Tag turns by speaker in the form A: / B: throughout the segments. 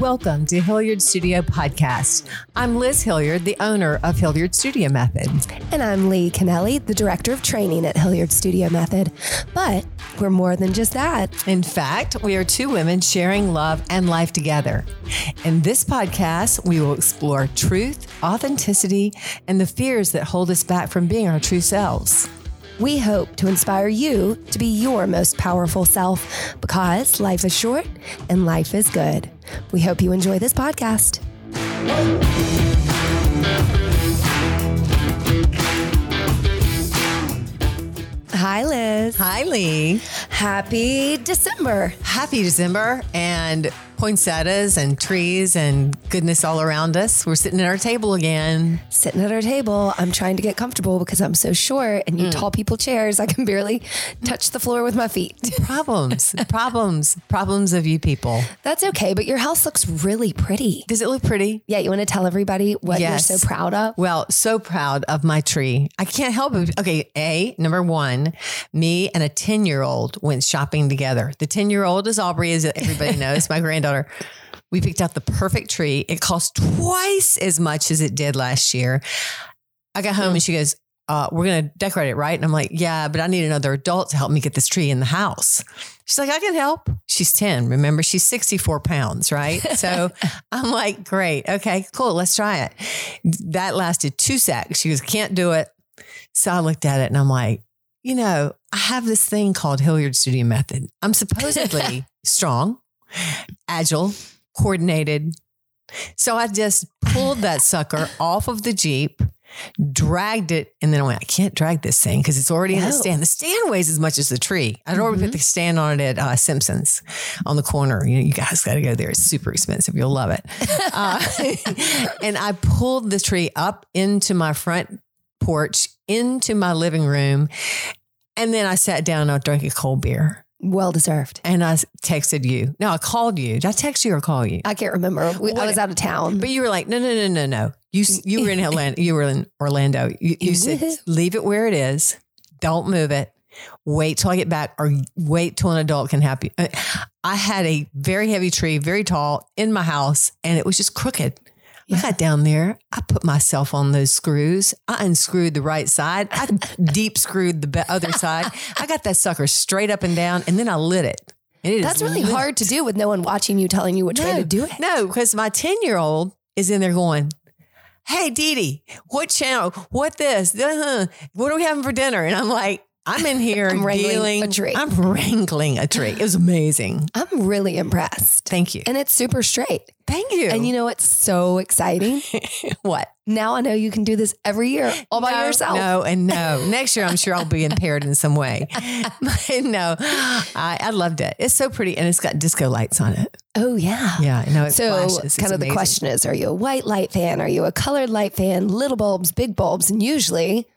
A: Welcome to Hilliard Studio Podcast. I'm Liz Hilliard, the owner of Hilliard Studio Method.
B: And I'm Lee Kennelly, the director of training at Hilliard Studio Method. But we're more than just that.
A: In fact, we are two women sharing love and life together. In this podcast, we will explore truth, authenticity, and the fears that hold us back from being our true selves.
B: We hope to inspire you to be your most powerful self because life is short and life is good. We hope you enjoy this podcast. Hi, Liz.
A: Hi, Lee.
B: Happy December.
A: Happy December and poinsettias and trees and goodness all around us. We're sitting at our table again.
B: Sitting at our table, I'm trying to get comfortable because I'm so short and
A: Mm.
B: you tall people chairs, I can barely touch the floor with my feet.
A: Problems, problems, problems of you people.
B: That's okay, but your house looks really pretty.
A: Does it look pretty?
B: Yeah, you want to tell everybody what
A: Yes.
B: you're so proud of?
A: Well, so proud of my tree. I can't help it. Okay, A, number one, me and a 10 year old went shopping together. The 10 year old is Aubrey, as everybody knows, my granddaughter. We picked out the perfect tree. It cost twice as much as it did last year. I got home and she goes, uh, we're going to decorate it, right? And I'm like, yeah, but I need another adult to help me get this tree in the house. She's like, I can help. She's 10. Remember, she's 64 pounds, right? So I'm like, great. Okay, cool. Let's try it. That lasted two seconds. She goes, can't do it. So I looked at it and I'm like, you know, I have this thing called Hilliard Studio Method. I'm supposedly strong, agile, coordinated. So I just pulled that sucker off of the Jeep, dragged it, and then I went, I can't drag this thing because it's already in the
B: No.
A: stand. The stand weighs as much as the tree. I'd already put the stand on it at uh, Simpson's on the corner. You, know, you guys got to go there. It's super expensive. You'll love it. Uh, and I pulled the tree up into my front porch, into my living room. And then I sat down and I drank a cold beer.
B: Well deserved.
A: And I s- texted you. No, I called you. Did I text you or call you?
B: I can't remember. We, I
A: What-
B: was out of town.
A: But you were like, no, no, no, no, no. You s- you were in Atlanta. You were in Orlando. You, you said
B: Woohoo.
A: leave it where it is. Don't move it. Wait till I get back, or wait till an adult can help you. Uh, I had a very heavy tree, very tall, in my house, and it was just crooked. I
B: Yeah.
A: got down there. I put myself on those screws. I unscrewed the right side. I deep screwed the be- other side. I got that sucker straight up and down, and then I lit it. And it is
B: That's really
A: lit.
B: hard to do with no one watching you, telling you which way
A: No.
B: to do it.
A: No, because my 10 year old is in there going, Hey, Dee Dee, what channel? What this? Uh-huh. What are we having for dinner? And I'm like, I'm in here
B: I'm wrangling
A: dealing.
B: a tree.
A: I'm wrangling a tree. It was amazing.
B: I'm really impressed.
A: Thank you.
B: And it's super straight.
A: Thank you.
B: And you know what's so exciting?
A: what?
B: now I know you can do this every year all by
A: No,
B: yourself.
A: No, and no. Next year, I'm sure I'll be impaired in some way. no, I, I loved it. It's so pretty, and it's got disco lights on it.
B: Oh yeah.
A: Yeah, no, it
B: So
A: flashes. It's
B: kind of the
A: amazing.
B: question is, are you a white light fan? Are you a colored light fan? Little bulbs, big bulbs. And usually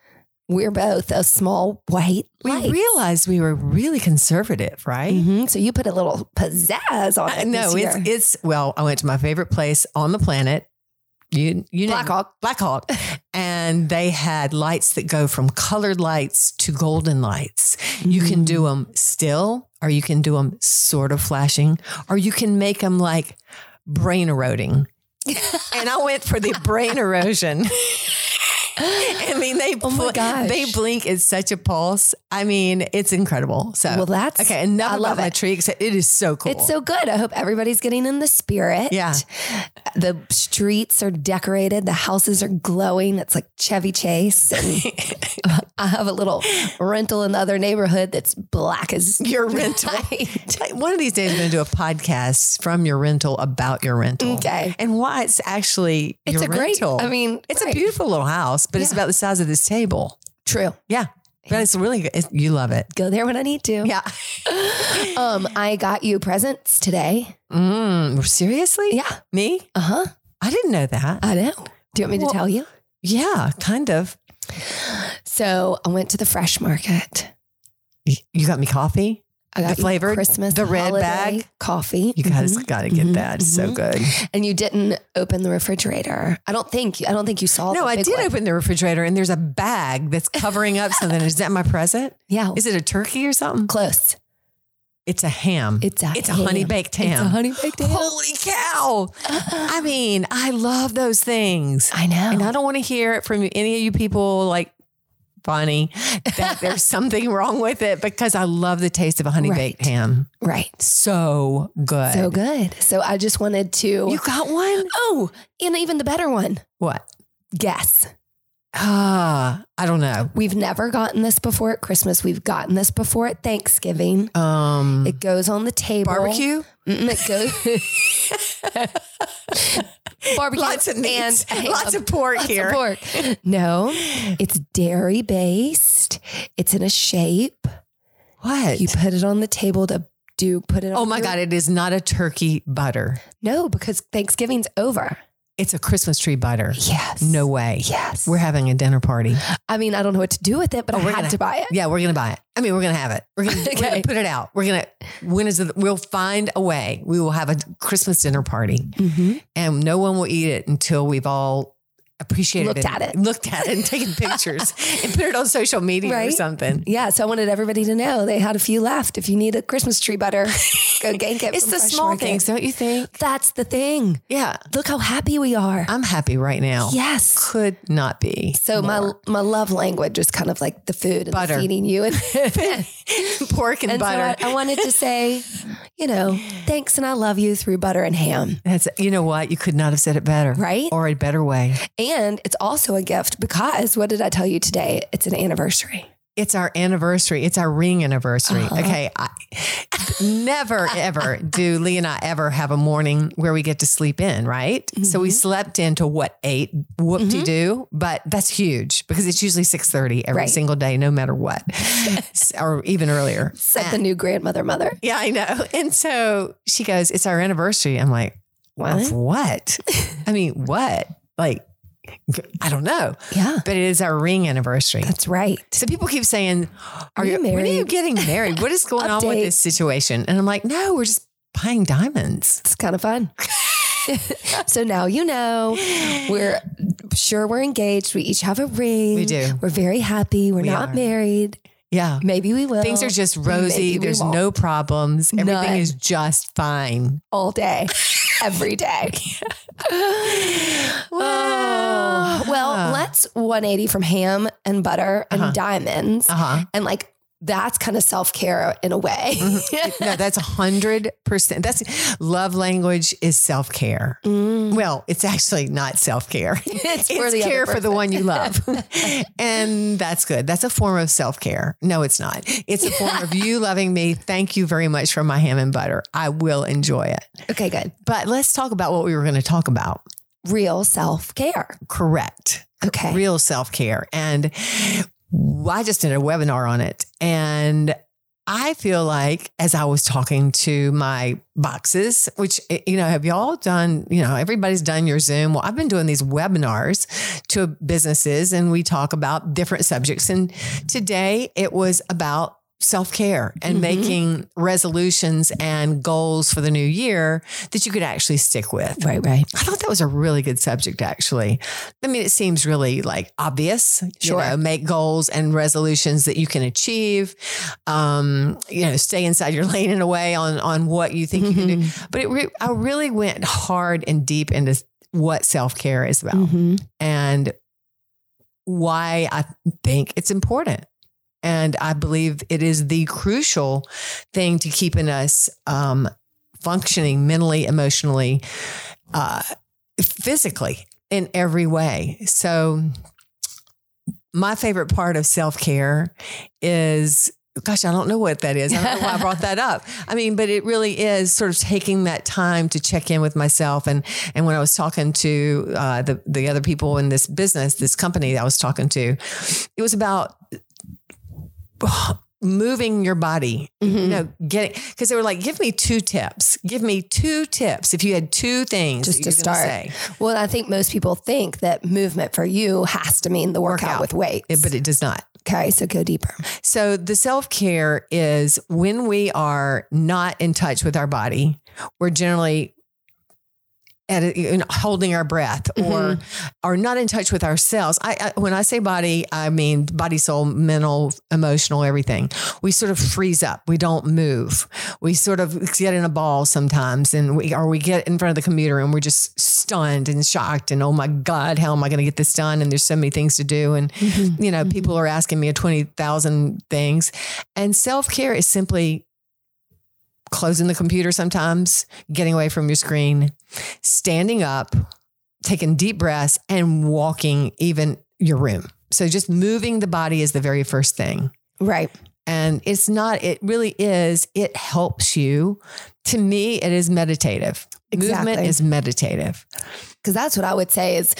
B: we're both a small white
A: We
B: light.
A: realized we were really conservative, right?
B: Mhm. So you put a little pizzazz on
A: Uh,
B: it.
A: no,
B: this
A: it's
B: year.
A: it's well, I went to my favorite place on the planet. You you
B: Black
A: know,
B: Hawk.
A: Black Hawk. and they had lights that go from colored lights to golden lights. You can
B: Mm.
A: do them still, or you can do them sort of flashing, or you can make them like brain eroding. and I went for the brain erosion. I mean, they
B: Oh my gosh.
A: they blink at such a pulse. I mean, it's incredible. So
B: Well, that's
A: okay. Enough
B: I
A: about
B: love
A: my
B: it.
A: tree. Except it is so cool.
B: It's so good. I hope everybody's getting in the spirit.
A: Yeah.
B: The streets are decorated. The houses are glowing. It's like Chevy Chase. And I have a little rental in the other neighborhood that's black as
A: your rental.
B: night.
A: One of these days, I'm going to do a podcast from your rental about your rental.
B: Okay.
A: And why it's actually
B: It's
A: your
B: a great,
A: rental.
B: I mean,
A: it's
B: right.
A: a beautiful little house, but it's
B: Yeah.
A: about the size of this table.
B: True.
A: Yeah. But it's really good. It's, you love it.
B: Go there when I need to.
A: Yeah.
B: Um, I got you presents today.
A: Mm, seriously?
B: Yeah. Uh-huh.
A: Me?
B: Uh huh.
A: I didn't know that.
B: I know. Do you want me
A: Well-
B: to tell you?
A: yeah, kind of.
B: So I went to the fresh market.
A: Y- You got me coffee.
B: I got
A: The
B: you
A: flavored,
B: Christmas,
A: the red
B: holiday
A: bag.
B: coffee.
A: You guys
B: Mhm.
A: got to get
B: Mhm.
A: that. It's so
B: Mhm.
A: good.
B: and you didn't open the refrigerator. I don't think. I don't think you saw.
A: No,
B: the
A: I
B: big
A: did
B: one.
A: open the refrigerator and there's a bag that's covering up something. Is that my present?
B: Yeah,
A: Is it a turkey or something?
B: close.
A: It's a ham.
B: It's a
A: it's a
B: ham.
A: honey baked
B: It's a
A: ham. Oh,
B: honey-baked ham.
A: Holy cow! I mean, I love those things,
B: I know.
A: and I don't want to hear it from any of you people like Bonnie that there's something wrong with it because I love the taste of a honey baked
B: Right.
A: ham.
B: right.
A: So good.
B: So good. So I just wanted to.
A: You got one?
B: oh, and even the better one.
A: What?
B: Guess.
A: Ah, I don't know.
B: We've never gotten this before at Christmas. We've gotten this before at Thanksgiving.
A: Um,
B: It goes on the table.
A: barbecue.
B: Mm, it goes. barbecue.
A: Lots of meats.
B: and ham.
A: Lots of pork
B: Lots of
A: here.
B: pork. No, it's dairy based. It's in a shape.
A: What?
B: You put it on the table to do put it.
A: oh
B: on
A: my
B: your-
A: God! It is not a turkey butter.
B: No, because Thanksgiving's over.
A: It's a Christmas tree butter.
B: Yes.
A: No way.
B: Yes.
A: We're having a dinner party.
B: I mean, I don't know what to do with it, but
A: Oh,
B: I
A: we're
B: had
A: gonna-
B: to buy it.
A: Yeah, we're gonna buy it. I mean, we're gonna have it. We're gonna, we're gonna
B: Okay.
A: put it out. We're gonna. When is the? We'll find a way. We will have a Christmas dinner party, and no one will eat it until we've all appreciated
B: Looked
A: it,
B: at it.
A: looked at it, and taken pictures and put it on social media or
B: Right?
A: something.
B: Yeah, so I wanted everybody to know they had a few left. If you need a Christmas tree butter, go gank it.
A: It's
B: from
A: the
B: Fresh
A: small
B: Market.
A: things, don't you think?
B: That's the thing.
A: Yeah,
B: Look how happy we are.
A: I'm happy right now.
B: yes.
A: Could not be.
B: So my my love language is kind of like the food and the
A: Butter.
B: feeding you and, and
A: pork and,
B: so
A: butter.
B: I, um, I wanted to say, you know, thanks and I love you through butter and ham.
A: That's you know what? You could not have said it better.
B: Right?
A: Or a better way.
B: And it's also a gift because what did I tell you today? It's an anniversary.
A: It's our anniversary. It's our ring anniversary.
B: Uh-huh.
A: Okay. I, never, ever do Lee and I ever have a morning where we get to sleep in, right? So
B: Mm-hmm.
A: we slept in to what, eight? Whoop de doo. But that's huge because it's usually 6.30 every
B: Right.
A: single day, no matter what, S- or even earlier.
B: It's like the new grandmother mother.
A: Yeah, I know. And so she goes, It's our anniversary. I'm like, Of what? I mean, what? Like, I don't know,
B: Yeah.
A: but it is our ring anniversary.
B: That's right.
A: So people keep saying, "Are,
B: Are you
A: you married? When are you
B: married?"
A: getting married? What is going on with
B: Update.
A: this situation?" And I'm like, "No, we're just buying diamonds."
B: It's kind of fun. so now you know we're sure we're engaged. We each have a ring.
A: We do.
B: We're very happy. We're
A: We
B: not
A: are.
B: married.
A: Yeah,
B: Maybe we will.
A: things are just rosy.
B: maybe we
A: There's
B: won't.
A: no problems. Everything
B: None.
A: is just fine.
B: all day, every day. oh, well, let's 180 from ham and butter and
A: Ah. Uh-huh.
B: diamonds.
A: Uh huh.
B: And like, that's kind of self care in a way.
A: No, that's a hundred percent. That's love language is self care.
B: Mm.
A: Well, it's actually not self care.
B: It's,
A: It's
B: other
A: care for the
B: person.
A: one you love. and that's good. That's a form of self care. No, it's not. It's a form of you loving me. Thank you very much for my ham and butter. I will enjoy it.
B: Okay, good.
A: But let's talk about what we were going to talk about.
B: Real self care.
A: Correct.
B: Okay.
A: Real self care. And I just did a webinar on it. And I feel like as I was talking to my boxes, which, eh, you know, have y'all done, you know, everybody's done your Zoom. Well, I've been doing these webinars to businesses and we talk about different subjects. And today it was about self care and
B: Mhm.
A: making resolutions and goals for the new year that you could actually stick with.
B: Right, right.
A: I thought that was a really good subject, actually. I mean, it seems really like obvious.
B: Sure.
A: You know, make goals and resolutions that you can achieve. Um, you know, stay inside your lane in a way on on what you think you can do.
B: Mm-hmm.
A: But it re- I really went hard and deep into what self care is about
B: Mhm.
A: and why I think it's important. And I believe it is the crucial thing to keeping us um, functioning mentally, emotionally, uh, physically in every way. So, my favorite part of self care is. Gosh, I don't know what that is. I don't know why I brought that up. I mean, but it really is sort of taking that time to check in with myself. And and when I was talking to uh, the the other people in this business, this company that I was talking to, it was about moving your body you
B: Mhm.
A: know, getting because they were like, give me two tips. Give me two tips. If you had two things
B: Just
A: that
B: to
A: you're gonna
B: start.
A: say.
B: Well, I think most people think that movement for you has to mean the workout,
A: Workout.
B: with weights.
A: It- but it does not.
B: okay, so go deeper.
A: So the self care is when we are not in touch with our body, we're generally at a, you know, holding our breath or are not in touch with ourselves. I, I when I say body, I mean body, soul, mental, emotional, everything. We sort of freeze up. We don't move. We sort of get in a ball sometimes, and we or we get in front of the computer and we're just stunned and shocked and oh my god, how am I going to get this done? And there's so many things to do, and you know people are asking me a twenty thousand things, and self care is simply closing the computer sometimes, getting away from your screen, standing up, taking deep breaths, and walking even your room. So just moving the body is the very first thing.
B: Right.
A: And it's not, it really is, it helps you. To me, it is meditative. Movement
B: Exactly.
A: is meditative.
B: Because that's what I would say is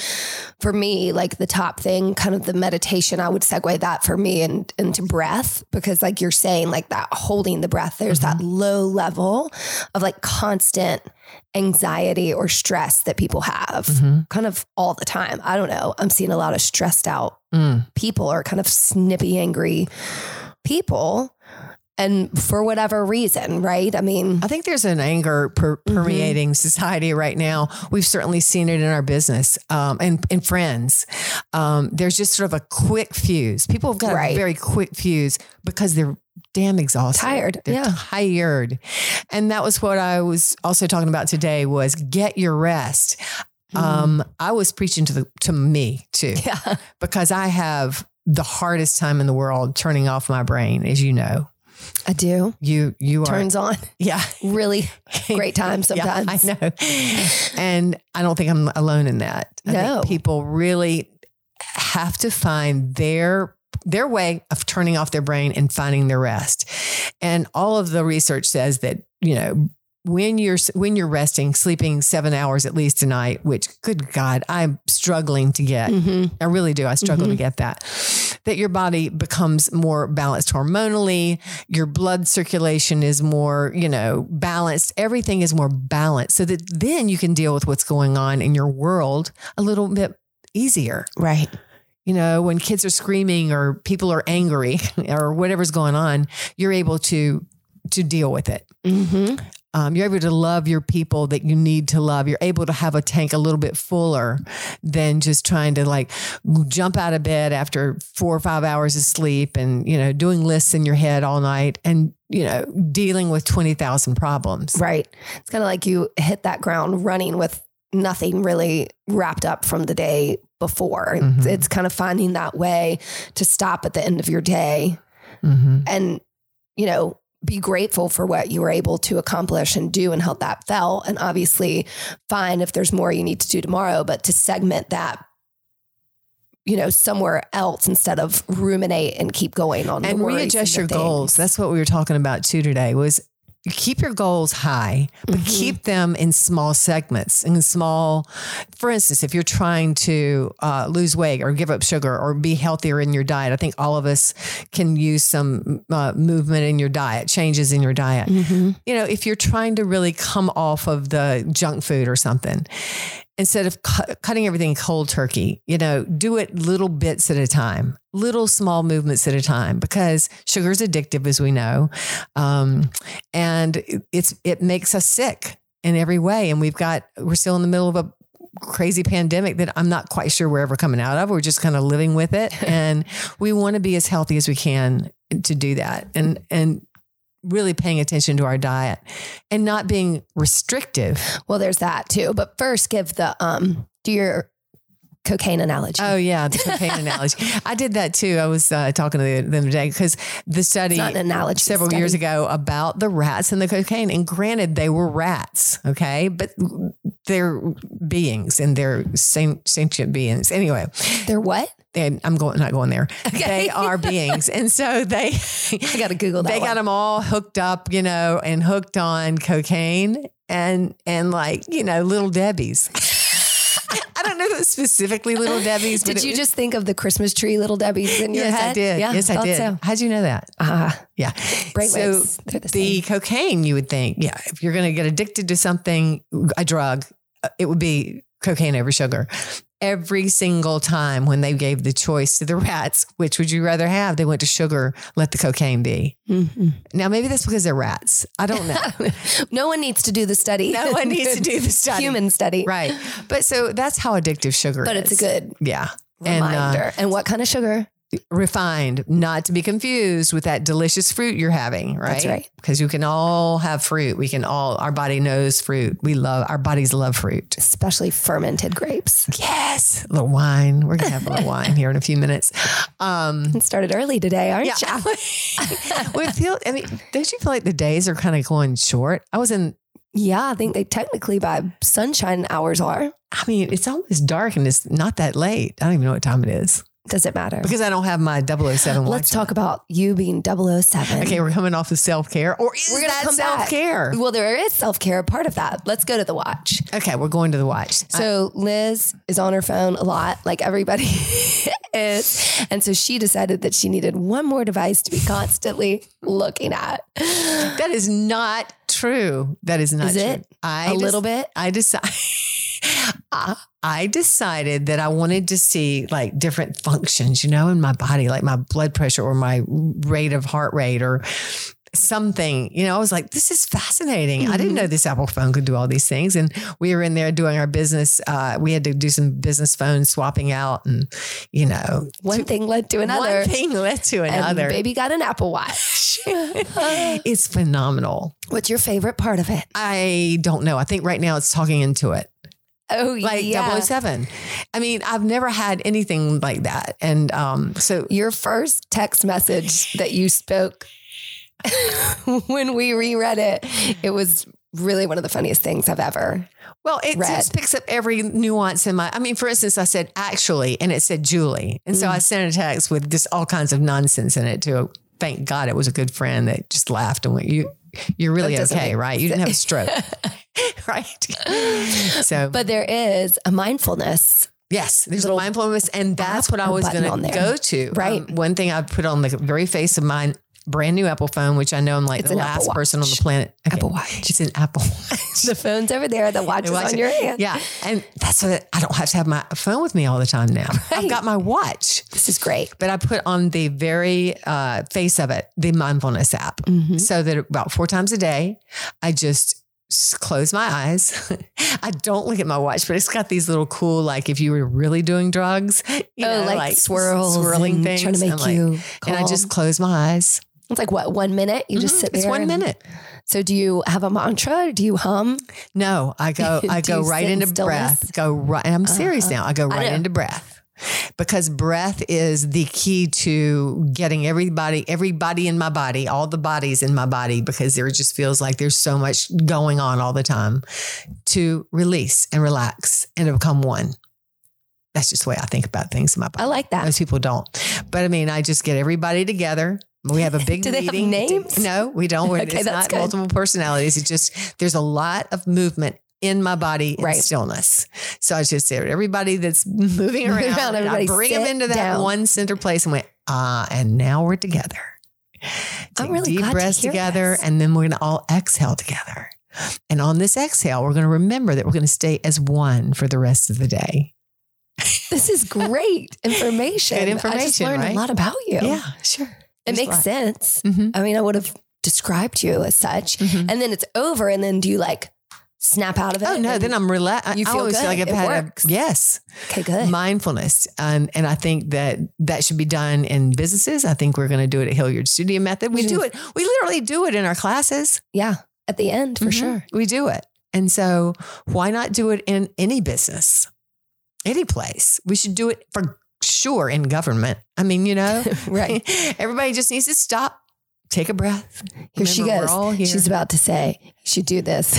B: for me, like the top thing, kind of the meditation, I would segue that for me and into breath. Because like you're saying, like that holding the breath, there's that
A: Mm-hmm.
B: low level of like constant anxiety or stress that people have
A: Mhm.
B: kind of all the time. I don't know. I'm seeing a lot of stressed out
A: Mm.
B: people are kind of snippy, angry people. And for whatever reason, right? I mean,
A: I think there's an anger per-
B: Mm-hmm.
A: permeating society right now. We've certainly seen it in our business um, and, and friends. Um, there's just sort of a quick fuse. People have got a
B: Right.
A: very quick fuse because they're damn exhausted.
B: Tired,
A: They're
B: yeah.
A: tired. And that was what I was also talking about today was get your rest.
B: Mm-hmm.
A: Um, I was preaching to the to me too
B: yeah,
A: because I have the hardest time in the world turning off my brain, as you know.
B: I do.
A: You you are
B: Turns on.
A: yeah.
B: Really great time
A: Yeah,
B: sometimes.
A: I know. And I don't think I'm alone in that. I
B: No.
A: think people really have to find their their way of turning off their brain and finding their rest. And all of the research says that, you know, when you're when you're resting, sleeping 7 hours at least a night, which good god, I'm struggling to get.
B: Mhm.
A: I really do. I struggle to
B: Mhm.
A: get that. That your body becomes more balanced hormonally, your blood circulation is more, you know, balanced. Everything is more balanced so that then you can deal with what's going on in your world a little bit easier.
B: Right.
A: You know, when kids are screaming or people are angry or whatever's going on, you're able to to deal with it.
B: hmm
A: Um, you're able to love your people that you need to love. You're able to have a tank a little bit fuller than just trying to like jump out of bed after four or five hours of sleep and, you know, doing lists in your head all night and, you know, dealing with 20,000 problems.
B: Right. It's kind of like you hit that ground running with nothing really wrapped up from the day before. It's,
A: Mhm.
B: it's kind of finding that way to stop at the end of your day
A: Mm-hmm.
B: and you know be grateful for what you were able to accomplish and do and how that felt and obviously fine if there's more you need to do tomorrow but to segment that you know somewhere else instead of ruminate and keep going on
A: And
B: the worries
A: readjust your
B: and the
A: goals.
B: things.
A: That's what we were talking about too today was keep your goals high, but
B: Mhm.
A: keep them in small segments in small, for instance, if you're trying to uh, lose weight or give up sugar or be healthier in your diet, I think all of us can use some uh, movement in your diet, changes in your diet. You know, if you're trying to really come off of the junk food or something, instead of cu- cutting everything cold turkey, you know, do it little bits at a time, little small movements at a time, because sugar is addictive, as we know, um, and it- it's it makes us sick in every way. And we've got we're still in the middle of a crazy pandemic that I'm not quite sure we're ever coming out of. We're just kind of living with it, and we want to be as healthy as we can to do that, and and really paying attention to our diet and not being restrictive.
B: well there's that too but first give the um do your cocaine analogy
A: Oh yeah, the cocaine analogy. I did that too. I was uh, talking to them today because the
B: it's
A: study
B: not an analogy
A: several
B: study.
A: years ago about the rats and the cocaine. And granted, they were rats, okay, but they're beings and they're san- sentient beings. Anyway,
B: they're what
A: and I'm going not going there.
B: Okay.
A: They are beings, and so they
B: i gotta google that
A: they got them all hooked up, you know, and hooked on cocaine and and like you know, little Debbie's. I don't know if it was specifically little Debbie's. but
B: did
A: it
B: you just think of the christmas tree little debbie's in your
A: yes,
B: head
A: I did.
B: yeah
A: yes, I
B: thought
A: did. Uh-huh.
B: so.
A: How'd you know that?
B: ah
A: Yeah.
B: brainwaves
A: So
B: they're the,
A: the
B: same.
A: cocaine, you would think, yeah, if you're going to get addicted to something, a drug, uh, it would be cocaine over sugar. every single time when they gave the choice to the rats, which would you rather have? They went to sugar, let the cocaine be.
B: Mm-hmm.
A: Now, maybe that's because they're rats. I don't know.
B: No one needs to do the study.
A: No one needs to do the study.
B: Human study.
A: right. But so that's how addictive sugar
B: But
A: is.
B: it's a good
A: Yeah. And, uh,
B: reminder. And, what kind of sugar?
A: refined, not to be confused with that delicious fruit you're having, right?
B: That's right.
A: Because you can all have fruit. We can all, our body knows fruit. We love, our bodies love fruit.
B: Especially fermented grapes.
A: Yes. A little wine. We're going to have a little wine here in a few minutes. Um,
B: It started early today, aren't
A: yeah.
B: you?
A: we feel, I mean, don't you feel like the days are kind of going short? I was in,
B: Yeah, I think they technically by sunshine hours are.
A: I mean, it's almost dark and it's not that late. I don't even know what time it is
B: Does it matter?
A: because I don't have my 007 watch.
B: Let's talk about you being 007.
A: Okay, we're coming off of self care, or is
B: We're gonna
A: that
B: come back.
A: self care?
B: Well, there is self care part of that. Let's go to the watch.
A: Okay, we're going to the watch.
B: So Liz is on her phone a lot, like everybody is. And so she decided that she needed one more device to be constantly looking at. Uh,
A: That is not true. That is not
B: Is
A: true.
B: it?
A: I
B: A
A: dec-
B: little bit.
A: I decided. I decided that I wanted to see like different functions, you know, in my body, like my blood pressure or my rate of heart rate or something. You know, I was like, this is fascinating. I
B: Mm-hmm.
A: didn't know this Apple phone could do all these things. And we were in there doing our business. Uh, we had to do some business phone swapping out and, you know,
B: One thing led to another.
A: one thing led to
B: and
A: another.
B: baby got an Apple Watch.
A: it's phenomenal.
B: What's your favorite part of it?
A: I don't know. I think right now it's talking into it.
B: Oh,
A: Like
B: yeah.
A: 007. I mean, I've never had anything like that. And um, so
B: Your first text message that you spoke when we reread it, it was really one of the funniest things I've ever.
A: Well, it
B: Red.
A: just picks up every nuance in my. I mean, for instance, I said actually, and it said Julie, and
B: Mm.
A: so I sent a text with just all kinds of nonsense in it. To thank God, it was a good friend that just laughed and went, "You, you're really
B: That doesn't
A: okay,
B: make
A: right? You didn't have a stroke, right?" So,
B: But there is a mindfulness.
A: yes, there's a mindfulness, and that's what I
B: or
A: was
B: button
A: going
B: on
A: to
B: there.
A: go to.
B: Right.
A: Um, one thing I put on the very face of mine. Brand new Apple phone, which I know I'm like
B: It's
A: the
B: an Apple
A: last person on the
B: Watch.
A: planet. Okay.
B: Apple Watch.
A: It's an Apple.
B: The phone's over there, the watch is
A: watch
B: on
A: it.
B: your hand.
A: Yeah. And that's what I don't have to have my phone with me all the time now. I've
B: Right.
A: got my watch,
B: This is great.
A: but I put on the very uh, face of it, the mindfulness app,
B: Mm-hmm. Oh,
A: so that about four times a day, I just s- close my eyes. I don't look at my watch, but it's got these little cool, like if you were really doing drugs, you
B: oh,
A: know,
B: like,
A: s-
B: swirls,
A: swirling
B: and
A: things.
B: trying to make
A: I'm like-
B: you. Calm.
A: and I just close my eyes.
B: it's like what one minute you just
A: Mhm.
B: sit there.
A: It's one
B: and-
A: minute.
B: So do you have a mantra? Do you hum?
A: No, I go, I
B: Do
A: go
B: you
A: right
B: sit in
A: into
B: stillness? Uh-huh.
A: breath. Go right. And I'm serious now. I go right
B: know.
A: into breath because breath is the key to getting everybody, everybody in my body, all the bodies in my body, because there just feels like there's so much going on all the time to release and relax and to become one. That's just the way I think about things in my body.
B: I like that.
A: Most people don't. But I mean, I just get everybody together. We have a big
B: Do they have
A: meeting.
B: names?
A: No, we don't. We're-
B: Okay,
A: it's
B: that's
A: not
B: good.
A: multiple personalities. It's just there's a lot of movement in my body in
B: Right.
A: stillness. So I just say everybody that's moving around,
B: Moving around,
A: and I
B: everybody
A: bring them
B: sit
A: into that
B: down.
A: one center place and went, ah, and now we're together. Take
B: really
A: deep
B: glad to
A: breaths
B: hear
A: together,
B: this.
A: and then we're gonna all exhale together. And on this exhale, we're gonna remember that we're gonna stay as one for the rest of the day.
B: This is great information.
A: Good
B: I just
A: information,
B: learned
A: right?
B: a lot about you.
A: sure.
B: it
A: There's a
B: makes
A: lot.
B: sense.
A: Mhm.
B: I mean, I would have described you as such.
A: Mhm.
B: And then it's over, and then do you like snap out of it?
A: Oh no,
B: and-
A: then I'm relaxed.
B: You
A: I
B: feel
A: always
B: good.
A: feel like I've
B: It
A: had
B: works.
A: a yes
B: okay. Good.
A: mindfulness, um, and I think that that should be done in businesses. I think we're going to do it at Hilliard Studio Method.
B: Mm-hmm.
A: We do it. We literally do it in our classes
B: yeah, at the end for
A: Mhm.
B: sure.
A: We do it, and so why not do it in any business, any place? We should do it for sure in government. I mean, you know,
B: Right.
A: Everybody just needs to stop, take a breath.
B: Here she
A: Remember,
B: goes.
A: We're all here.
B: She's about to say you should do this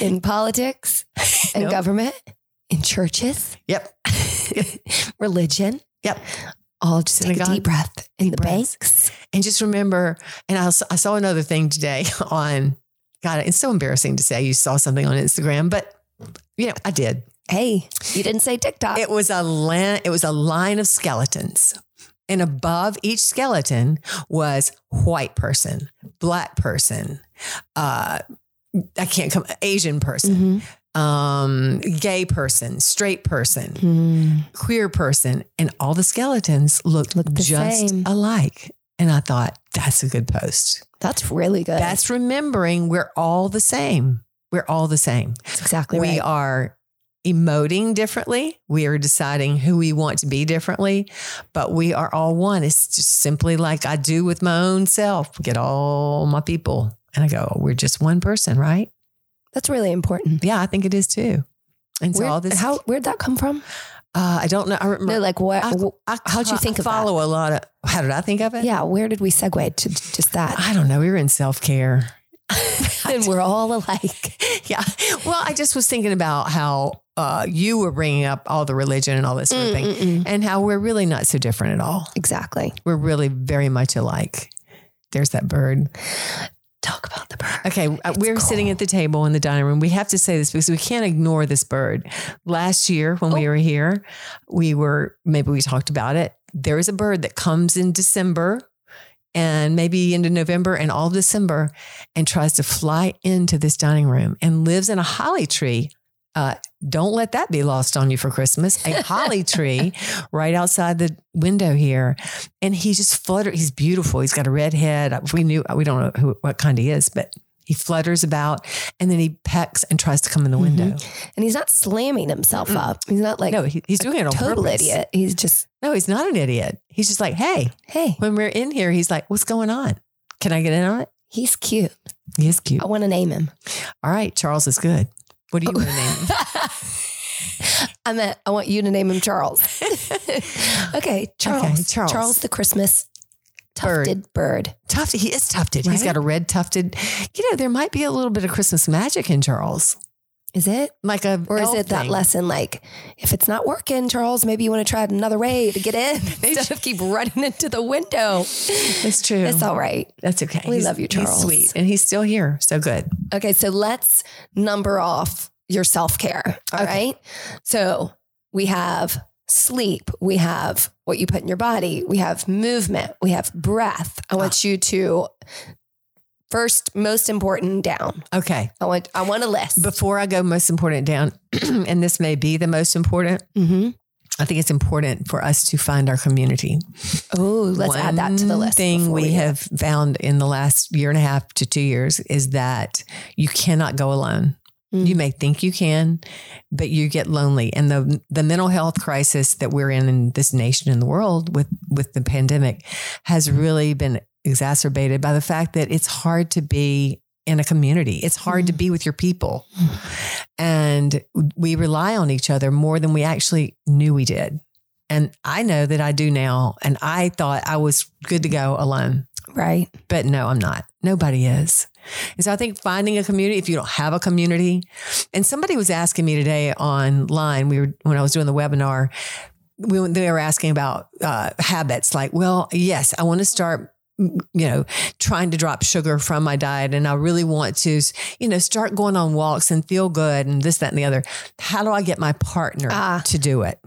B: in politics and
A: Nope.
B: government, in churches,
A: yep.
B: religion.
A: Yep.
B: All just take a
A: Synagogue.
B: deep breath in the
A: breaths.
B: banks.
A: And just remember, and I, s- I saw another thing today on, God, it's so embarrassing to say you saw something on Instagram, but you know, I did.
B: Hey, you didn't say TikTok.
A: It was a line, it was a line of skeletons. And above each skeleton was white person, black person, uh, I can't come, Asian person,
B: Mhm.
A: um, gay person, straight person,
B: Hmm.
A: queer person, and all the skeletons looked
B: Looked the
A: just
B: same.
A: alike. And I thought, that's a good post.
B: That's really good.
A: That's remembering we're all the same. We're all the same.
B: That's exactly
A: We
B: right.
A: are emoting differently. We are deciding who we want to be differently, but we are all one. It's just simply like I do with my own self. Get all my people. And I go, we're just one person, right?
B: That's really important.
A: Yeah, I think it is too. And so
B: Where-
A: all this,
B: how where'd that come from?
A: uh, I don't know. I remember.
B: No, like what?
A: I-
B: wh-
A: I,
B: how'd you
A: I
B: think of that?
A: follow a lot of, how did I think of it?
B: yeah, where did we segue to j- just that?
A: I don't know. We were in self care.
B: and we're all alike.
A: yeah. Well, I just was thinking about how uh, you were bringing up all the religion and all this sort of thing,
B: Mm-mm-mm.
A: and how we're really not so different at all.
B: Exactly.
A: We're really very much alike. There's that bird.
B: Talk about the bird.
A: Okay, uh,
B: It's
A: we're
B: cool.
A: sitting at the table in the dining room. We have to say this because we can't ignore this bird. Last year when
B: Oh.
A: we were here, we were maybe we talked about it. There is a bird that comes in December and maybe into November and all December and tries to fly into this dining room and lives in a holly tree. Uh, don't let that be lost on you for Christmas. A holly tree right outside the window here. And he just fluttered. He's beautiful. He's got a red head. We knew, we don't know who, what kind he is, but he flutters about and then he pecks and tries to come in the window.
B: And he's not slamming himself
A: Mm-mm.
B: up. He's not like
A: no, he, he's doing it on
B: total
A: purpose.
B: idiot. He's just,
A: No, he's not an idiot. He's just like, hey,
B: hey,
A: when we're in here, he's like, what's going on? Can I get in on it?
B: he's cute.
A: He is cute.
B: I want to name him.
A: All right, Charles is good. What do you want to name him?
B: I meant I want you to name him Charles. okay, Charles.
A: Charles.
B: the Christmas tufted bird.
A: Tufted. He is tufted. He's
B: Right?
A: got a red tufted. You know, there might be a little bit of Christmas magic in Charles.
B: Is it?
A: Like a
B: Or is
A: elf
B: it that
A: thing.
B: lesson like, if it's not working, Charles, maybe you want to try it another way to get in instead of keep running into the window?
A: It's true.
B: It's all right.
A: That's okay.
B: We love you,
A: He's
B: Charles.
A: sweet, and he's still here. So good.
B: Okay, so let's number off your self care. All right.
A: Okay.
B: So we have sleep, we have what you put in your body, we have movement, we have breath. I
A: Ah.
B: want you to first, most important down.
A: Okay.
B: I want I want a list.
A: Before I go, most important down, and this may be the most important.
B: mm-hmm.
A: I think it's important for us to find our community.
B: Oh, let's add that to the
A: One
B: list.
A: Thing
B: before
A: we
B: do
A: have found in the last year and a half to two years is that you cannot go alone.
B: Mm.
A: You may think you can, but you get lonely. And the the mental health crisis that we're in in this nation and the world with with the pandemic has really been exacerbated by the fact that it's hard to be in a community. It's hard to be with your people. And we rely on each other more than we actually knew we did. And I know that I do now. And I thought I was good to go alone,
B: that. Right.
A: but no, I'm not. Nobody is. And so I think finding a community, if you don't have a community, and somebody was asking me today online, we were, when I was doing the webinar, we, went- they were asking about uh, habits like, well, yes, I want to start, you know, trying to drop sugar from my diet. And I really want to, you know, start going on walks and feel good and this, that, and the other. How do I get my partner
B: Ah.
A: to do it?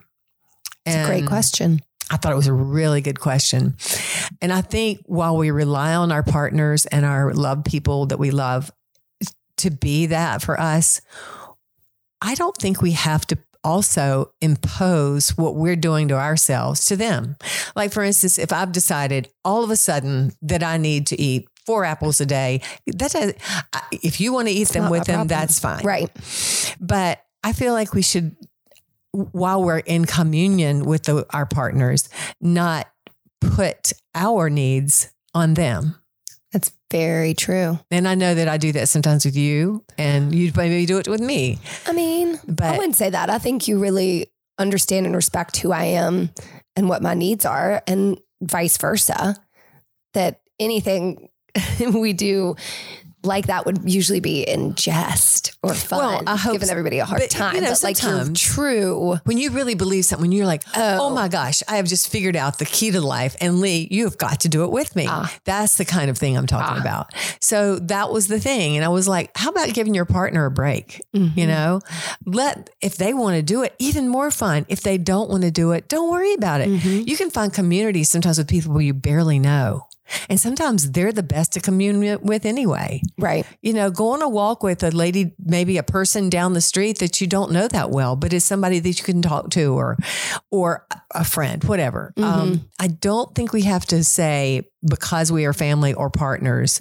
B: It's a great
A: And-
B: question.
A: I thought it was a really good question. And I think while we rely on our partners and our loved people that we love to be that for us, I don't think we have to also impose what we're doing to ourselves to them. Like, for instance, if I've decided all of a sudden that I need to eat four apples a day, that does, I- if you want to eat them
B: not
A: with
B: my
A: them,
B: problem.
A: that's fine.
B: Right.
A: But I feel like we should, while we're in communion with the, our partners, not put our needs on them.
B: That's very true.
A: And I know that I do that sometimes with you, and you maybe do it with me.
B: I mean, I
A: But
B: wouldn't say that. I think you really understand and respect who I am and what my needs are, and vice versa. That anything we do like that would usually be in jest or fun,
A: Well, I hope
B: giving
A: so.
B: everybody a hard
A: But, you
B: time.
A: know,
B: but like your
A: sometimes-
B: true,
A: when you really believe something, you're like,
B: Oh.
A: oh. my gosh, I have just figured out the key to life. And Lee, you have got to do it with me.
B: Ah.
A: That's the kind of thing I'm talking
B: Ah.
A: about. So that was the thing. And I was like, how about giving your partner a break?
B: Mm-hmm.
A: You know, let, if they want to do it, even more fun. If
B: Mm-hmm.
A: they don't want to do it, don't worry about it. You can find community sometimes with people you barely know. And sometimes they're the best to commune with anyway.
B: Right.
A: You know, go on a walk with a lady, maybe a person down the street that you don't know that well, but is somebody that you can talk to or, or a friend, whatever.
B: Mm-hmm.
A: Um, I don't think we have to say because we are family or partners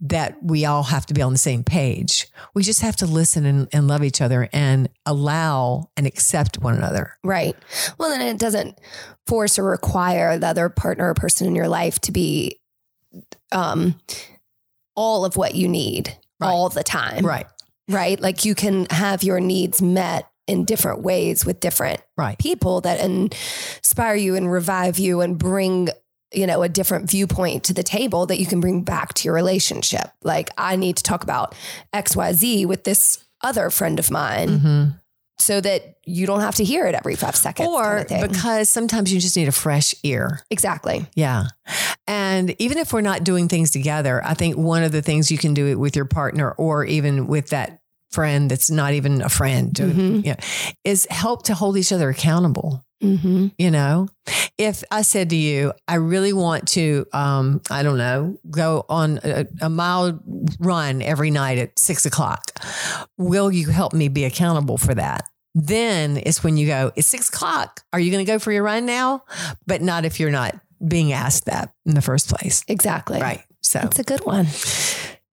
A: that we all have to be on the same page. We just have to listen and, and love each other and allow and accept one another.
B: Right. Well, then it doesn't force or require the other partner or person in your life to be um, all of what you need
A: Right.
B: all the time.
A: Right.
B: Right. Like you can have your needs met in different ways with different
A: Right.
B: people that inspire you and revive you and bring you know a different viewpoint to the table that you can bring back to your relationship like i need to talk about xyz with this other friend of mine
A: Mm-hmm.
B: so that you don't have to hear it every five seconds
A: or
B: kinda thing.
A: because sometimes you just need a fresh ear.
B: exactly
A: Yeah. And even if we're not doing things together, I think one of the things you can do it with your partner or even with that friend that's not even a friend to,
B: Mhm.
A: yeah, is help to hold each other accountable.
B: mm-hmm.
A: You know, if I said to you, I really want to, um, I don't know, go on a, a mile run every night at six o'clock, will you help me be accountable for that? Then it's when you go, it's six o'clock. Are you going to go for your run now? But not if you're not being asked that in the first place.
B: exactly
A: Right. So
B: that's a good one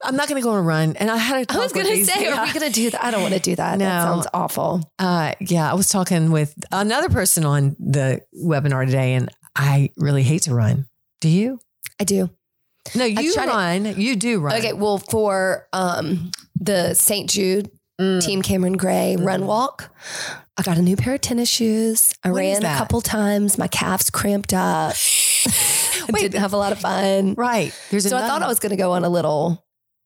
A: I'm not going to go on a run. And I had a
B: i was
A: talk with
B: gonna
A: these-
B: say
A: yeah.
B: are we gonna do that i don't want to do that that
A: No.
B: sounds awful
A: Uh, yeah, I was talking with another person on the webinar today, and I really hate to run. Do you?
B: i do
A: No, you
B: try to-
A: run. you do run.
B: okay well for um the st jude
A: Mm.
B: Team Cameron Gray run walk. I got a new pair of tennis shoes. I
A: When is
B: ran a
A: that?
B: couple times. My calves cramped up. Didn't have a lot of fun.
A: Right. There's
B: So I thought I was going to go on a little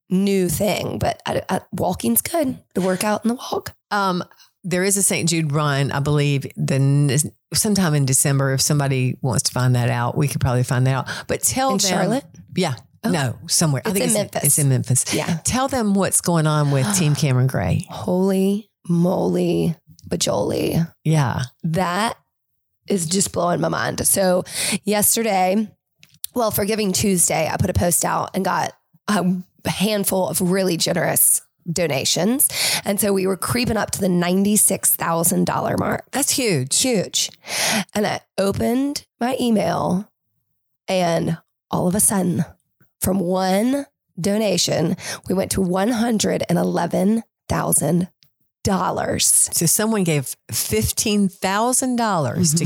B: new thing, but I, I, walking's good. The workout and the walk.
A: Um, there is a St. Jude run, I believe, then sometime in December. If somebody wants to find that out, we could probably find that out. But tell
B: In
A: them,
B: Charlotte?
A: Yeah.
B: Oh.
A: No, somewhere. I
B: It's
A: think
B: in
A: it's
B: Memphis.
A: It's in Memphis.
B: Yeah.
A: Tell them what's going on with Team Cameron Gray.
B: Holy moly, bajoli.
A: Yeah.
B: That is just blowing my mind. So yesterday, well, for Giving Tuesday, I put a post out and got a handful of really generous donations. And so we were creeping up to the $96,000 mark.
A: That's huge.
B: Huge. And I opened my email and all of a sudden from one donation, we went to $111,000.
A: So someone gave fifteen dollars
B: Mm-hmm.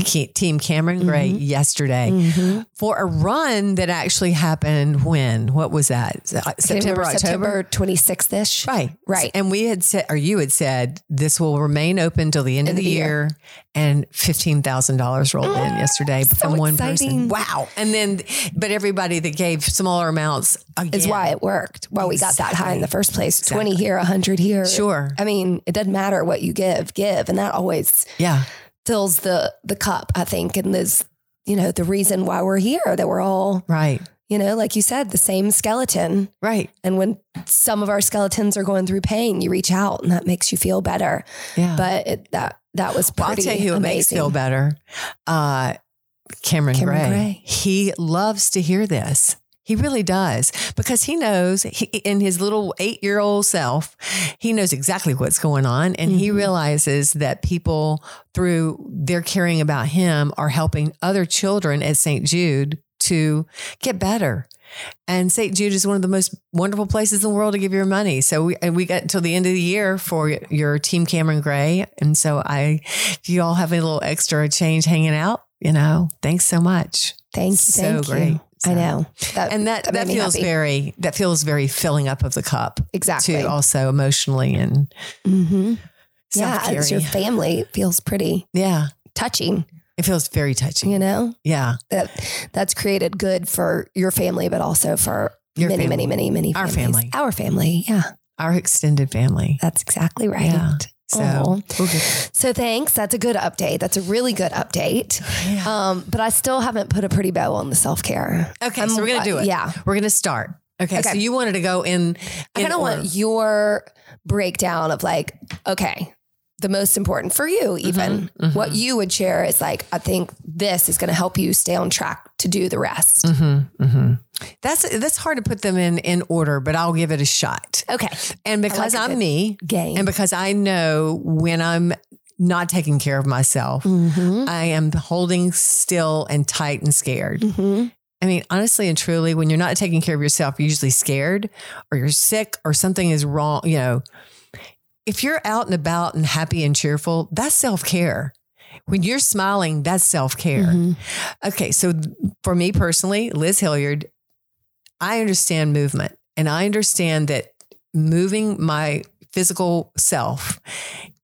A: to Ke- Team Cameron Gray yesterday
B: Mm.
A: for a run that actually happened when? What was that? Se- September, October,
B: September 26th ish.
A: right,
B: Right.
A: And we had said, or you had said, this will remain open till the end of the, year. and fifteen thousand dollars rolled in yesterday from one person.
B: Mm, exciting.
A: Wow! And then, but everybody that gave smaller amounts oh, again,
B: Is why it worked, why we got that high in the first place. 20 here, 100 here.
A: Sure.
B: I mean, it doesn't matter what you give, give. And that always
A: Yeah.
B: fills the the cup, I think, and is, you know, the reason why we're here, that we're all,
A: Right.
B: you know, like you said, the same skeleton.
A: Right.
B: And when some of our skeletons are going through pain, you reach out and that makes you feel better.
A: Yeah.
B: But it, that that was
A: Oh. Well,
B: pretty
A: I'll tell you what
B: amazing.
A: makes feel better. Uh, Cameron,
B: Cameron
A: Gray.
B: Gray.
A: He loves to hear this. He really does because he knows he, in his little eight year old self, he knows exactly what's going on. And he
B: Mhm.
A: realizes that people, through their caring about him, are helping other children at St. Jude to get better. And St. Jude is one of the most wonderful places in the world to give your money. So we, and we got until the end of the year for your team, Cameron Gray. And so I, if you all have a little extra change hanging out, you know, thanks so much.
B: Thank you.
A: So
B: Thank you.
A: great.
B: I know. That,
A: And that, that,
B: made me
A: feels
B: happy.
A: very, that feels very filling up of the cup
B: exactly.
A: too, also emotionally and
B: hmm Yeah,
A: self
B: as your
A: caring.
B: family it feels pretty
A: Yeah.
B: touching,
A: It feels very touching.
B: you know?
A: yeah.
B: That that's created good for your family, but also for
A: Your
B: many,
A: family.
B: many, many, many
A: Our family.
B: families. Our family. Yeah.
A: Our extended family.
B: That's exactly right.
A: Yeah. So,
B: Aw.
A: we'll get-
B: So thanks. That's a good update. That's a really good update.
A: Yeah.
B: Um, but I still haven't put a pretty bow on the self care.
A: okay. so we're going to do it.
B: Yeah.
A: We're going to start. Okay,
B: Okay.
A: So you wanted to go in.
B: I
A: in
B: kind of
A: order.
B: want your breakdown of like, okay, the most important for you,
A: Mm-hmm.
B: even what you would share is like, I think this is going to help you stay on track to do the rest.
A: Mm-hmm, That's that's hard to put them in in order, but I'll give it a shot.
B: Okay.
A: And because
B: a
A: I'm
B: good
A: me,
B: game.
A: and because I know when I'm not taking care of myself,
B: Mm-hmm.
A: I am holding still and tight and scared.
B: Mm-hmm.
A: I mean, honestly and truly, when you're not taking care of yourself, you're usually scared or you're sick or something is wrong. You know, if you're out and about and happy and cheerful, that's self care. When you're smiling, that's self care.
B: Mhm.
A: Okay. So th- for me personally, Liz Hilliard, I understand movement and I understand that moving my physical self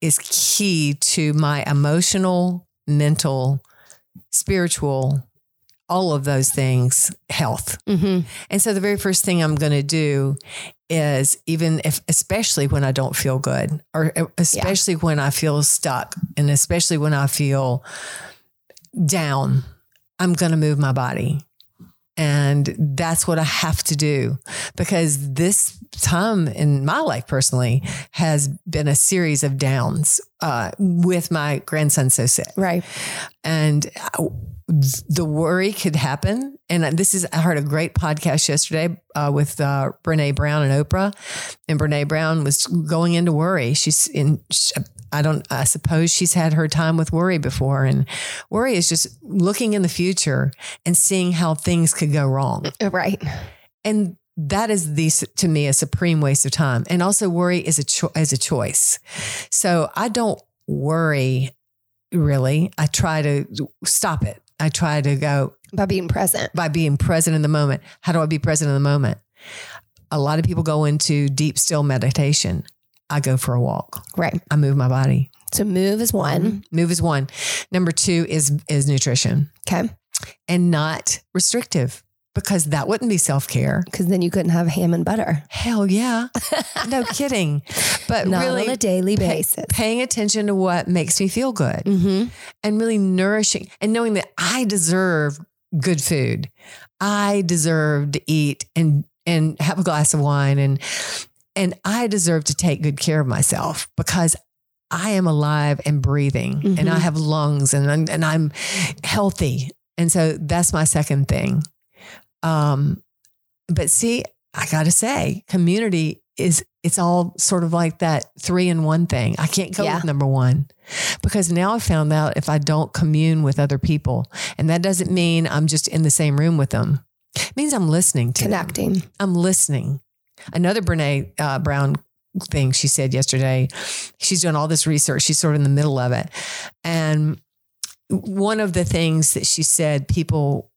A: is key to my emotional, mental, spiritual, all of those things, health.
B: Mm-hmm.
A: And so the very first thing I'm going to do is even if, especially when I don't feel good, or e, especially when I feel stuck, and especially when I feel down, I'm going to move my body. And that's what I have to do because this time in my life personally has been a series of downs uh, with my grandson so sick
B: Right.
A: and I- the worry could happen. And uh, this is, I heard a great podcast yesterday uh, with uh, Brene Brown and Oprah. And Brene Brown was going into worry. She's in, sh I don't, I suppose she's had her time with worry before. And worry is just looking in the future and seeing how things could go wrong.
B: Oh, Right.
A: And that is the to me a supreme waste of time. And also worry is a cho- is a choice. So I don't worry really. I try to stop it. I try to go
B: By being present.
A: by being present in the moment. How do I be present in the moment? A lot of people go into deep still meditation. I go for a walk.
B: Right.
A: I move my body.
B: So move is one.
A: Move is one. Number 2 is is nutrition
B: Okay.
A: and not restrictive because that wouldn't be self-care.
B: Because then you couldn't have ham and butter.
A: Hell yeah. No kidding. But
B: Not
A: Uh, really
B: on a daily
A: pay-
B: basis.
A: paying attention to what makes me feel good
B: Mm-hmm.
A: and really nourishing and knowing that I deserve good food. I deserve to eat and and have a glass of wine and and I deserve to take good care of myself because I am alive and breathing and I
B: Mhm.
A: have lungs and I'm, and I'm healthy. And so that's my second thing. Um but see, I got to say, community is it's all sort of like that three in one thing. I can't go
B: Yeah.
A: with number 1 because now I found out if I don't commune with other people, and that doesn't mean I'm just in the same room with them. It means I'm listening to them.
B: Connecting.
A: I'm listening. Another Brene uh, Brown thing she said yesterday, she's doing all this research. She's sort of in the middle of it. And one of the things that she said people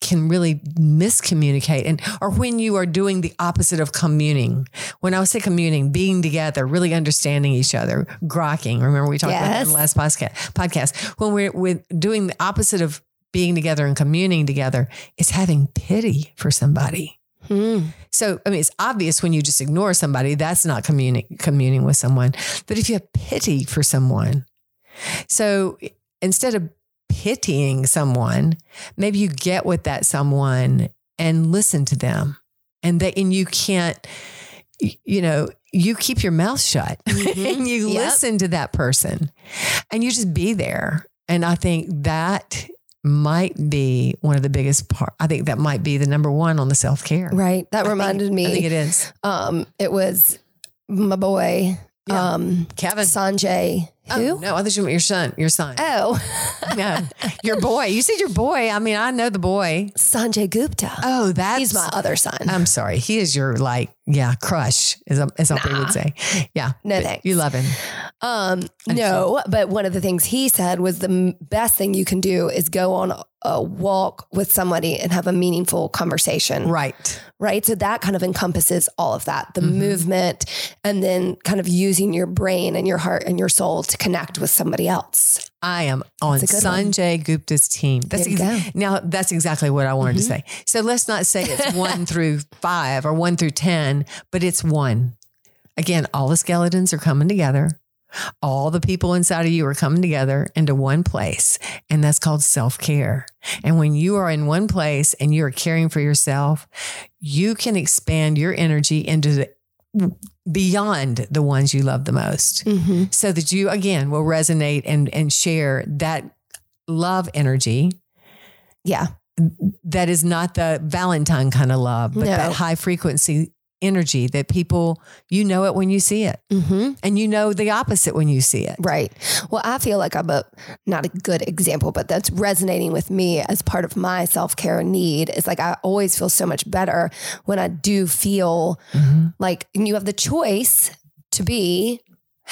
A: can really miscommunicate and or when you are doing the opposite of communing. When I was say communing, being together, really understanding each other, grokking. Remember we talked about that in the last podcast podcast. When we're with doing the opposite of being together and communing together, is having pity for somebody. Mm-hmm.
B: Mm.
A: So, I mean, it's obvious when you just ignore somebody, that's not communi- communing with someone. But if you have pity for someone, so instead of pitying someone, maybe you get with that someone and listen to them. And that, and you can't, y- you know, you keep your mouth shut
B: Mhm.
A: and you
B: Yep.
A: listen to that person and you just be there. And I think that might be one of the biggest part. I think that might be the number one on the self care.
B: Right. That
A: I think-
B: reminded me.
A: I think it is.
B: um, it was my boy,
A: Yeah.
B: um,
A: Kevin.
B: Sanjay.
A: Oh,
B: Who?
A: no, I thought you meant your son. Your son.
B: Oh,
A: No, your boy. You said your boy. I mean, I know the boy.
B: Sanjay Gupta.
A: Oh, that's Oh,
B: He's my other son.
A: I'm sorry. He is your like, yeah, crush, is as something
B: Nah.
A: would say. Yeah.
B: No
A: But
B: thanks.
A: You love him.
B: Um, no, but one of the things he said was the m- best thing you can do is go on a walk with somebody and have a meaningful conversation.
A: Right.
B: right? Mm-hmm. So that kind of encompasses all of that the
A: Mhm.
B: movement and then kind of using your brain and your heart and your soul to connect with somebody else.
A: I am on
B: That's a good one.
A: Sanjay Gupta's team. That's
B: There you
A: ex- now that's exactly what I wanted
B: Mm-hmm.
A: to say. So let's not say it's one through five or one through ten, but it's one. Again, all the skeletons are coming together. All the people inside of you are coming together into one place, and that's called self care. And when you are in one place and you are caring for yourself, you can expand your energy into the beyond the ones you love the most
B: Mm-hmm.
A: so that you again will resonate and and share that love energy
B: Yeah.
A: that is not the Valentine kind of love, but
B: No.
A: that high frequency energy that people, you know it when you see it,
B: Mm-hmm.
A: and you know the opposite when you see it.
B: Right. Well, I feel like I'm a not a good example, but that's resonating with me as part of my self care need. Is like I always feel so much better when I do feel like and you have the choice to be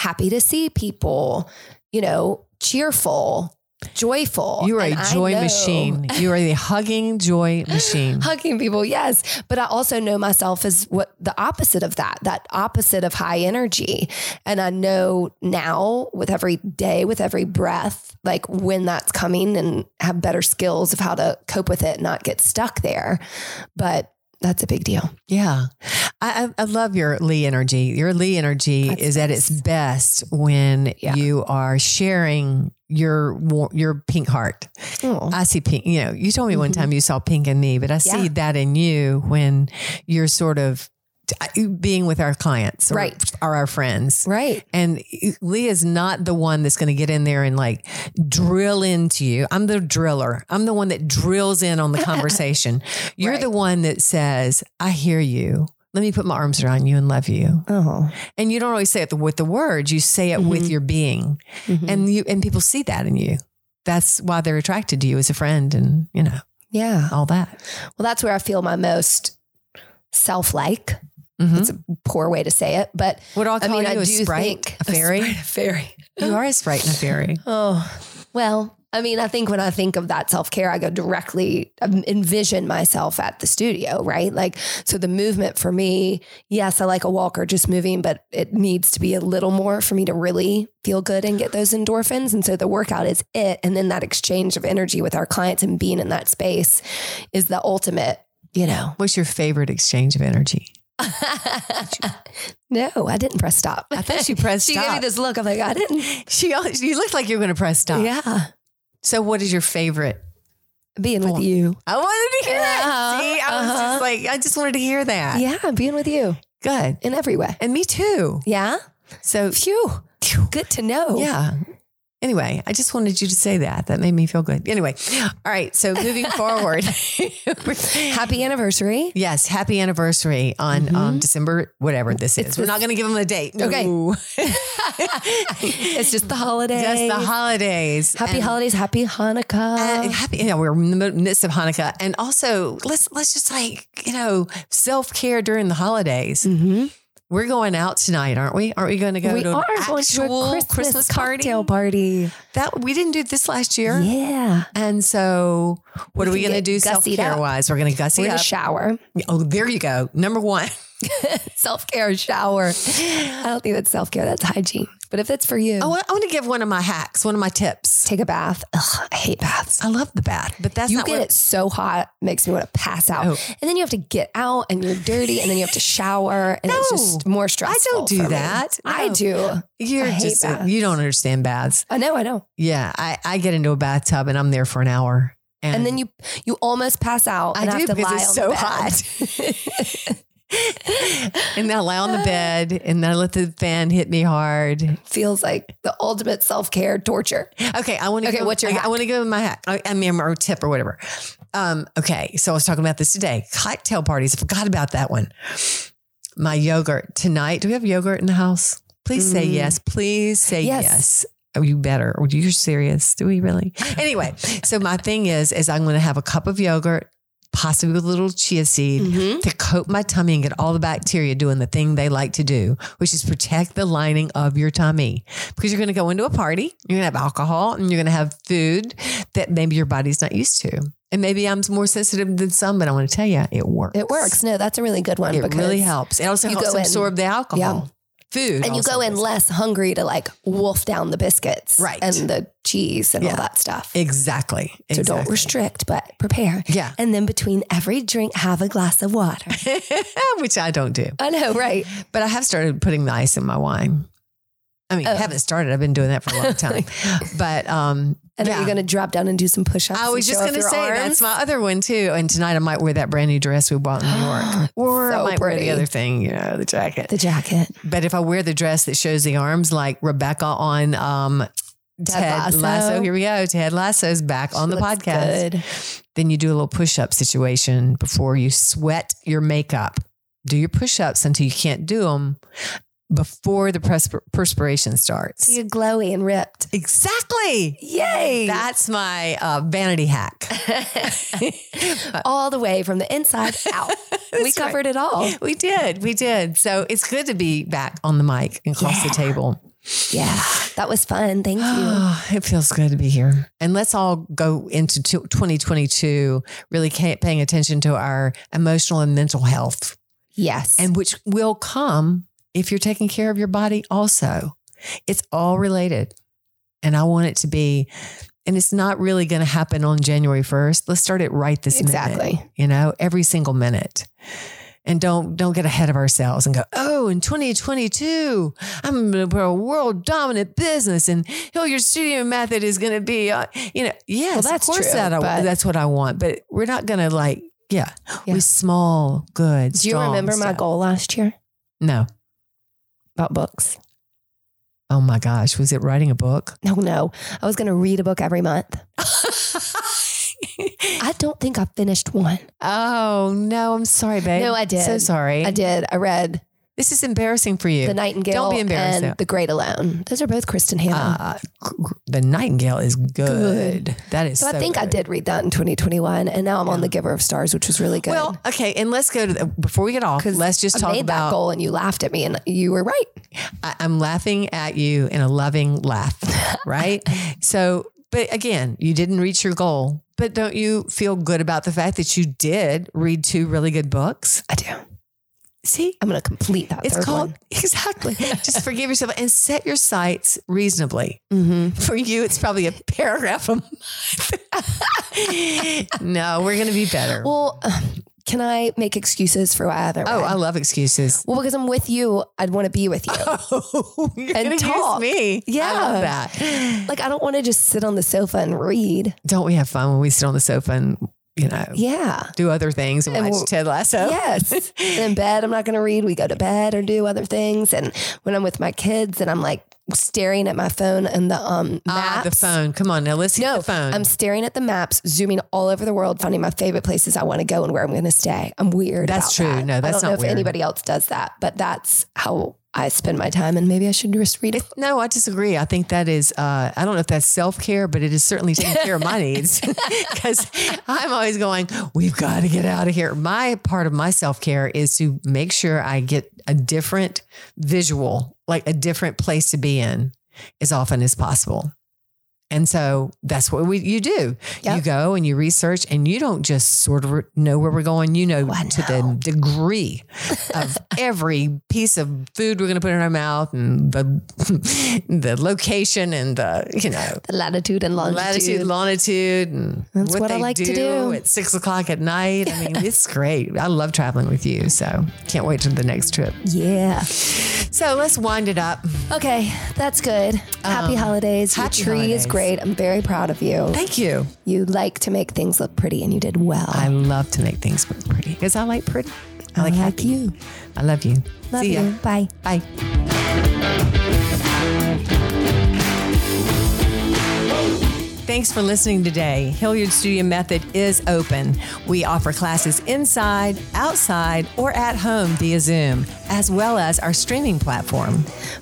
B: happy to see people, you know, cheerful, joyful.
A: You are
B: And
A: a
B: I
A: joy
B: know-
A: machine. You are the hugging joy machine.
B: Hugging people, yes. But I also know myself as what the opposite of that, that opposite of high energy. And I know now with every day, with every breath, like when that's coming and have better skills of how to cope with it, not get stuck there. But that's a big deal.
A: Yeah. I, I, I love your Lee energy. Your Lee energy
B: That's
A: is at its best when
B: Yeah.
A: you are sharing your war- your pink heart.
B: Oh,
A: I see pink. You know, you told me one
B: Mhm.
A: time you saw pink in me, but I see
B: Yeah.
A: that in you when you're sort of t- being with our clients, or,
B: Right.
A: or our friends.
B: right.
A: And Lee is not the one that's going to get in there and like drill into you. I'm the driller. I'm the one that drills in on the conversation. You're
B: Right.
A: the one that says, "I hear you." Let me put my arms around you and love you.
B: Oh,
A: And you don't always say it the, with the words. You say it with
B: Mhm.
A: your being
B: and
A: and you and people see that in you that's why they're attracted to you as a friend and you know
B: yeah.
A: all that
B: Well, that's where I feel my most self like.
A: Mhm.
B: It's a poor way to say it, but
A: what do i
B: Mm-hmm. I
A: call
B: mean,
A: you
B: I
A: a
B: do
A: sprite
B: think
A: a fairy
B: sprite, a fairy.
A: you are a sprite and a fairy
B: Oh, well, I mean, I think when I think of that self care, I go directly um, envision myself at the studio, right? Like, so the movement for me, yes, I like a walker just moving, but it needs to be a little more for me to really feel good and get those endorphins. And so the workout is it. And then that exchange of energy with our clients and being in that space is the ultimate, you know.
A: what's your favorite exchange of energy
B: no, I didn't press stop.
A: i thought she pressed
B: She gave me
A: stop
B: this look. I'm like, I didn't.
A: she, al- you looked like you were going to press stop
B: Yeah.
A: so what is your favorite
B: Being
A: Cool.
B: with you.
A: i wanted to hear that
B: Uh-huh,
A: see i was
B: uh-huh.
A: just like i just wanted to hear that
B: Yeah, being with you
A: good
B: in every way.
A: and me too
B: Yeah.
A: so
B: Phew. Good to know.
A: Yeah. Anyway, I just wanted you to say that. That made me feel good. Anyway, all right. So moving forward,
B: Happy anniversary.
A: yes, happy anniversary on um, December whatever this is.
B: It's
A: We're
B: this-
A: not going to give them a date.
B: Mm-hmm. Okay.
A: No.
B: it's just the Uh, holidays.
A: just the holidays.
B: Happy
A: And-
B: holidays. Happy Hanukkah.
A: and happy, yeah, we're in the midst of Hanukkah, and also let's let's just like you know self care during the holidays.
B: Mhm.
A: We're going out tonight, aren't we? Aren't we going to go
B: We
A: to
B: are
A: an
B: going to a
A: actual
B: Christmas,
A: Christmas party?
B: cocktail party.
A: That we didn't do this last year.
B: Yeah.
A: And so, what
B: We
A: are we
B: can
A: going to
B: get
A: do self
B: gussied
A: care
B: up.
A: wise? We're going to gussy
B: We're
A: up.
B: gonna shower.
A: oh, there you go. Number one.
B: Self care shower. I don't think that's self care. That's hygiene. But if it's for you,
A: I want, I want to give one of my hacks, one of my tips.
B: take a bath. Ugh, I hate baths.
A: I love the bath, but that's
B: you
A: not
B: get
A: what,
B: it so hot, makes me want to pass out.
A: Oh.
B: And then you have to get out and you're dirty and then you have to shower and it's
A: No.
B: just more stressful.
A: do
B: for me.
A: that.
B: I
A: No.
B: do.
A: You're
B: I hate
A: just uh,
B: baths.
A: you don't understand baths.
B: I know, I know.
A: Yeah, I, I get into a bathtub and I'm there for an hour, and,
B: and then you you almost pass out.
A: I
B: and
A: do
B: have to
A: because
B: lie
A: it's
B: on
A: so
B: the bed.
A: hot. and then I lie on the bed and then I let the fan hit me hard.
B: Feels like the ultimate self care torture.
A: Okay, I want to.
B: Okay,
A: go,
B: what's your
A: I,
B: hack?
A: want to go with my hack. I, I mean, or tip or whatever. Um, okay, so I was talking about this today. Cocktail parties. I forgot about that one. My yogurt tonight. Do we have yogurt in the house? Please say
B: Mm.
A: yes. Please say yes.
B: Yes.
A: Oh, you better. Or you're serious? Do we really? Anyway, so my thing is, is I'm going to have a cup of yogurt, possibly with a little chia seed.
B: Mm-hmm.
A: To coat my tummy and get all the bacteria doing the thing they like to do, which is protect the lining of your tummy. Because you're going to go into a party, you're going to have alcohol, and you're going to have food that maybe your body's not used to. And maybe I'm more sensitive than some, but I want to tell you, it works.
B: It works. No, that's a really good one.
A: It
B: because,
A: really helps. It also
B: you
A: helps
B: go in-
A: absorb the alcohol. Food.
B: And you
A: also
B: go in
A: does.
B: less hungry to like wolf down the biscuits,
A: Right.
B: and the cheese and
A: Yeah.
B: all that stuff.
A: Exactly.
B: so don't
A: exactly.
B: restrict, but prepare.
A: Yeah.
B: And then between every drink, have a glass of water.
A: Which I don't do.
B: I know, right?
A: But I have started putting the ice in my wine. I
B: Oh.
A: mean, haven't started. I've been doing that for a long time. but um,
B: And
A: yeah.
B: are you going to drop down and do some push ups?
A: I was just going to say that's my other one too. And tonight I might wear that brand new dress we bought in New York, or I
B: So
A: might wear
B: pretty.
A: the other thing, you know, the jacket.
B: the jacket.
A: but if I wear the dress that shows the arms, like Rebecca on um, Ted, Lasso.
B: Lasso.
A: here we go. Ted Lasso's back on the
B: Looks
A: podcast.
B: good.
A: Then you do a little push up situation before you sweat your makeup. Do your push ups until you can't do them before the pers- perspiration starts.
B: So you're glowy and ripped.
A: exactly.
B: Yay.
A: That's my uh, vanity hack.
B: all the way from the inside out. we
A: That's right.
B: covered it all.
A: We did. We did. So it's good to be back on the mic and across the
B: Yeah.
A: table. Ah,
B: Yeah. That was fun. Thank you.
A: it feels good to be here. And let's all go into t- 2022 really ca- paying attention to our emotional and mental health,
B: Yes.
A: and which will come if you're taking care of your body also. It's all related. And I want it to be, and it's not really going to happen on January 1st. Let's start it right this minute.
B: exactly.
A: you know every single minute and don't don't get ahead of ourselves and go oh in 2022 i'm going to put a world dominant business and oh your studio method is going to be uh, you know yes
B: that's
A: of course
B: true,
A: that I,
B: but-
A: that's what i want but we're not going to like yeah,
B: Yeah.
A: we small good
B: Do you
A: strong
B: remember my
A: stuff.
B: goal last year
A: no
B: about books?
A: oh my gosh was it writing a book
B: No, no. I was going to read a book every month.
A: oh
B: I don't think I finished one.
A: no i'm sorry babe
B: No, I did.
A: so sorry
B: I did. I read
A: this is embarrassing for you
B: The Nightingale
A: Don't be embarrassed,
B: and
A: though.
B: The Great Alone. Those are both Kristen Hanna.
A: Uh, the Nightingale is good. That is
B: so,
A: so.
B: I think I
A: good.
B: did read that in 2021, and now I'm on
A: Yeah.
B: The Giver of Stars, which was really good.
A: Well, okay, and let's go to the, before we get off.
B: 'Cause
A: Let's just
B: I
A: talk
B: made that
A: about.
B: goal, and you laughed at me, and you were right.
A: I, I'm laughing at you in a loving laugh, right? so, but again, you didn't reach your goal. But don't you feel good about the fact that you did read two really good books?
B: I do.
A: See,
B: I'm going to complete that.
A: it's
B: third
A: called
B: one.
A: exactly. just forgive yourself and set your sights reasonably.
B: Mm-hmm.
A: For you, it's probably a paragraph a month. no, we're going to be better.
B: Well, can I make excuses for why I haven't?
A: Oh,
B: read?
A: I love excuses.
B: well, because I'm with you, I'd want to be with you.
A: Oh, you're
B: And
A: gonna
B: talk.
A: use me.
B: Yeah.
A: I love that.
B: like I don't want to just sit on the sofa and read.
A: Don't we have fun when we sit on the sofa and you know
B: Yeah.
A: do other things and,
B: And
A: watch
B: we'll-
A: Ted Lasso?
B: Yes. And in bed, I'm not going to read. We go to bed or do other things. And when I'm with my kids, and I'm like staring at my phone and the um
A: Ah,
B: maps.
A: the phone. Come on now, let's hit
B: No,
A: the phone.
B: I'm staring at the maps, zooming all over the world, finding my favorite places I want to go and where I'm going to stay. I'm weird.
A: That's
B: about
A: true.
B: that.
A: No,
B: I
A: that's
B: don't know
A: not
B: if
A: weird.
B: anybody else does that, but that's how I spend my time. And maybe I should just read it.
A: no, I disagree. I think that is, uh, I don't know if that's self care, but it is certainly taking care of my needs because I'm always going, we've got to get out of here. My part of my self care is to make sure I get a different visual, like a different place to be in as often as possible. And so that's what we, you do.
B: Yep.
A: You go and you research, and you don't just sort of know where we're going. You know
B: Oh, I
A: to the degree of every piece of food we're going to put in our mouth, and the the location, and the you know
B: The latitude and longitude.
A: latitude, longitude, and
B: That's what I
A: they
B: like to do.
A: at six o'clock at night. I mean, it's great. I love traveling with you, so can't wait till the next trip.
B: Yeah.
A: So let's wind it up.
B: Okay, that's good. Happy holidays.
A: Um, happy
B: Your tree
A: holidays.
B: is great. I'm very proud of you.
A: Thank you.
B: You like to make things look pretty and you did well.
A: I love to make things look pretty because I like pretty. I like,
B: I
A: happy.
B: you.
A: I love you.
B: Love
A: See ya.
B: you. Bye.
A: Bye. Thanks for listening today. Hilliard Studio Method is open. We offer classes inside, outside, or at home via Zoom, as well as our streaming platform.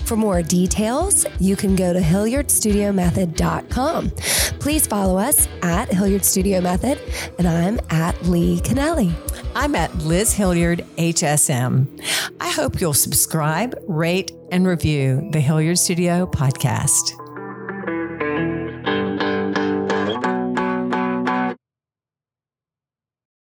B: For more details, you can go to HilliardStudioMethod.com. Please follow us at Hilliard Studio Method, and I'm at Lee Canelli.
A: I'm at Liz Hilliard HSM. I hope you'll subscribe, rate, and review the Hilliard Studio podcast.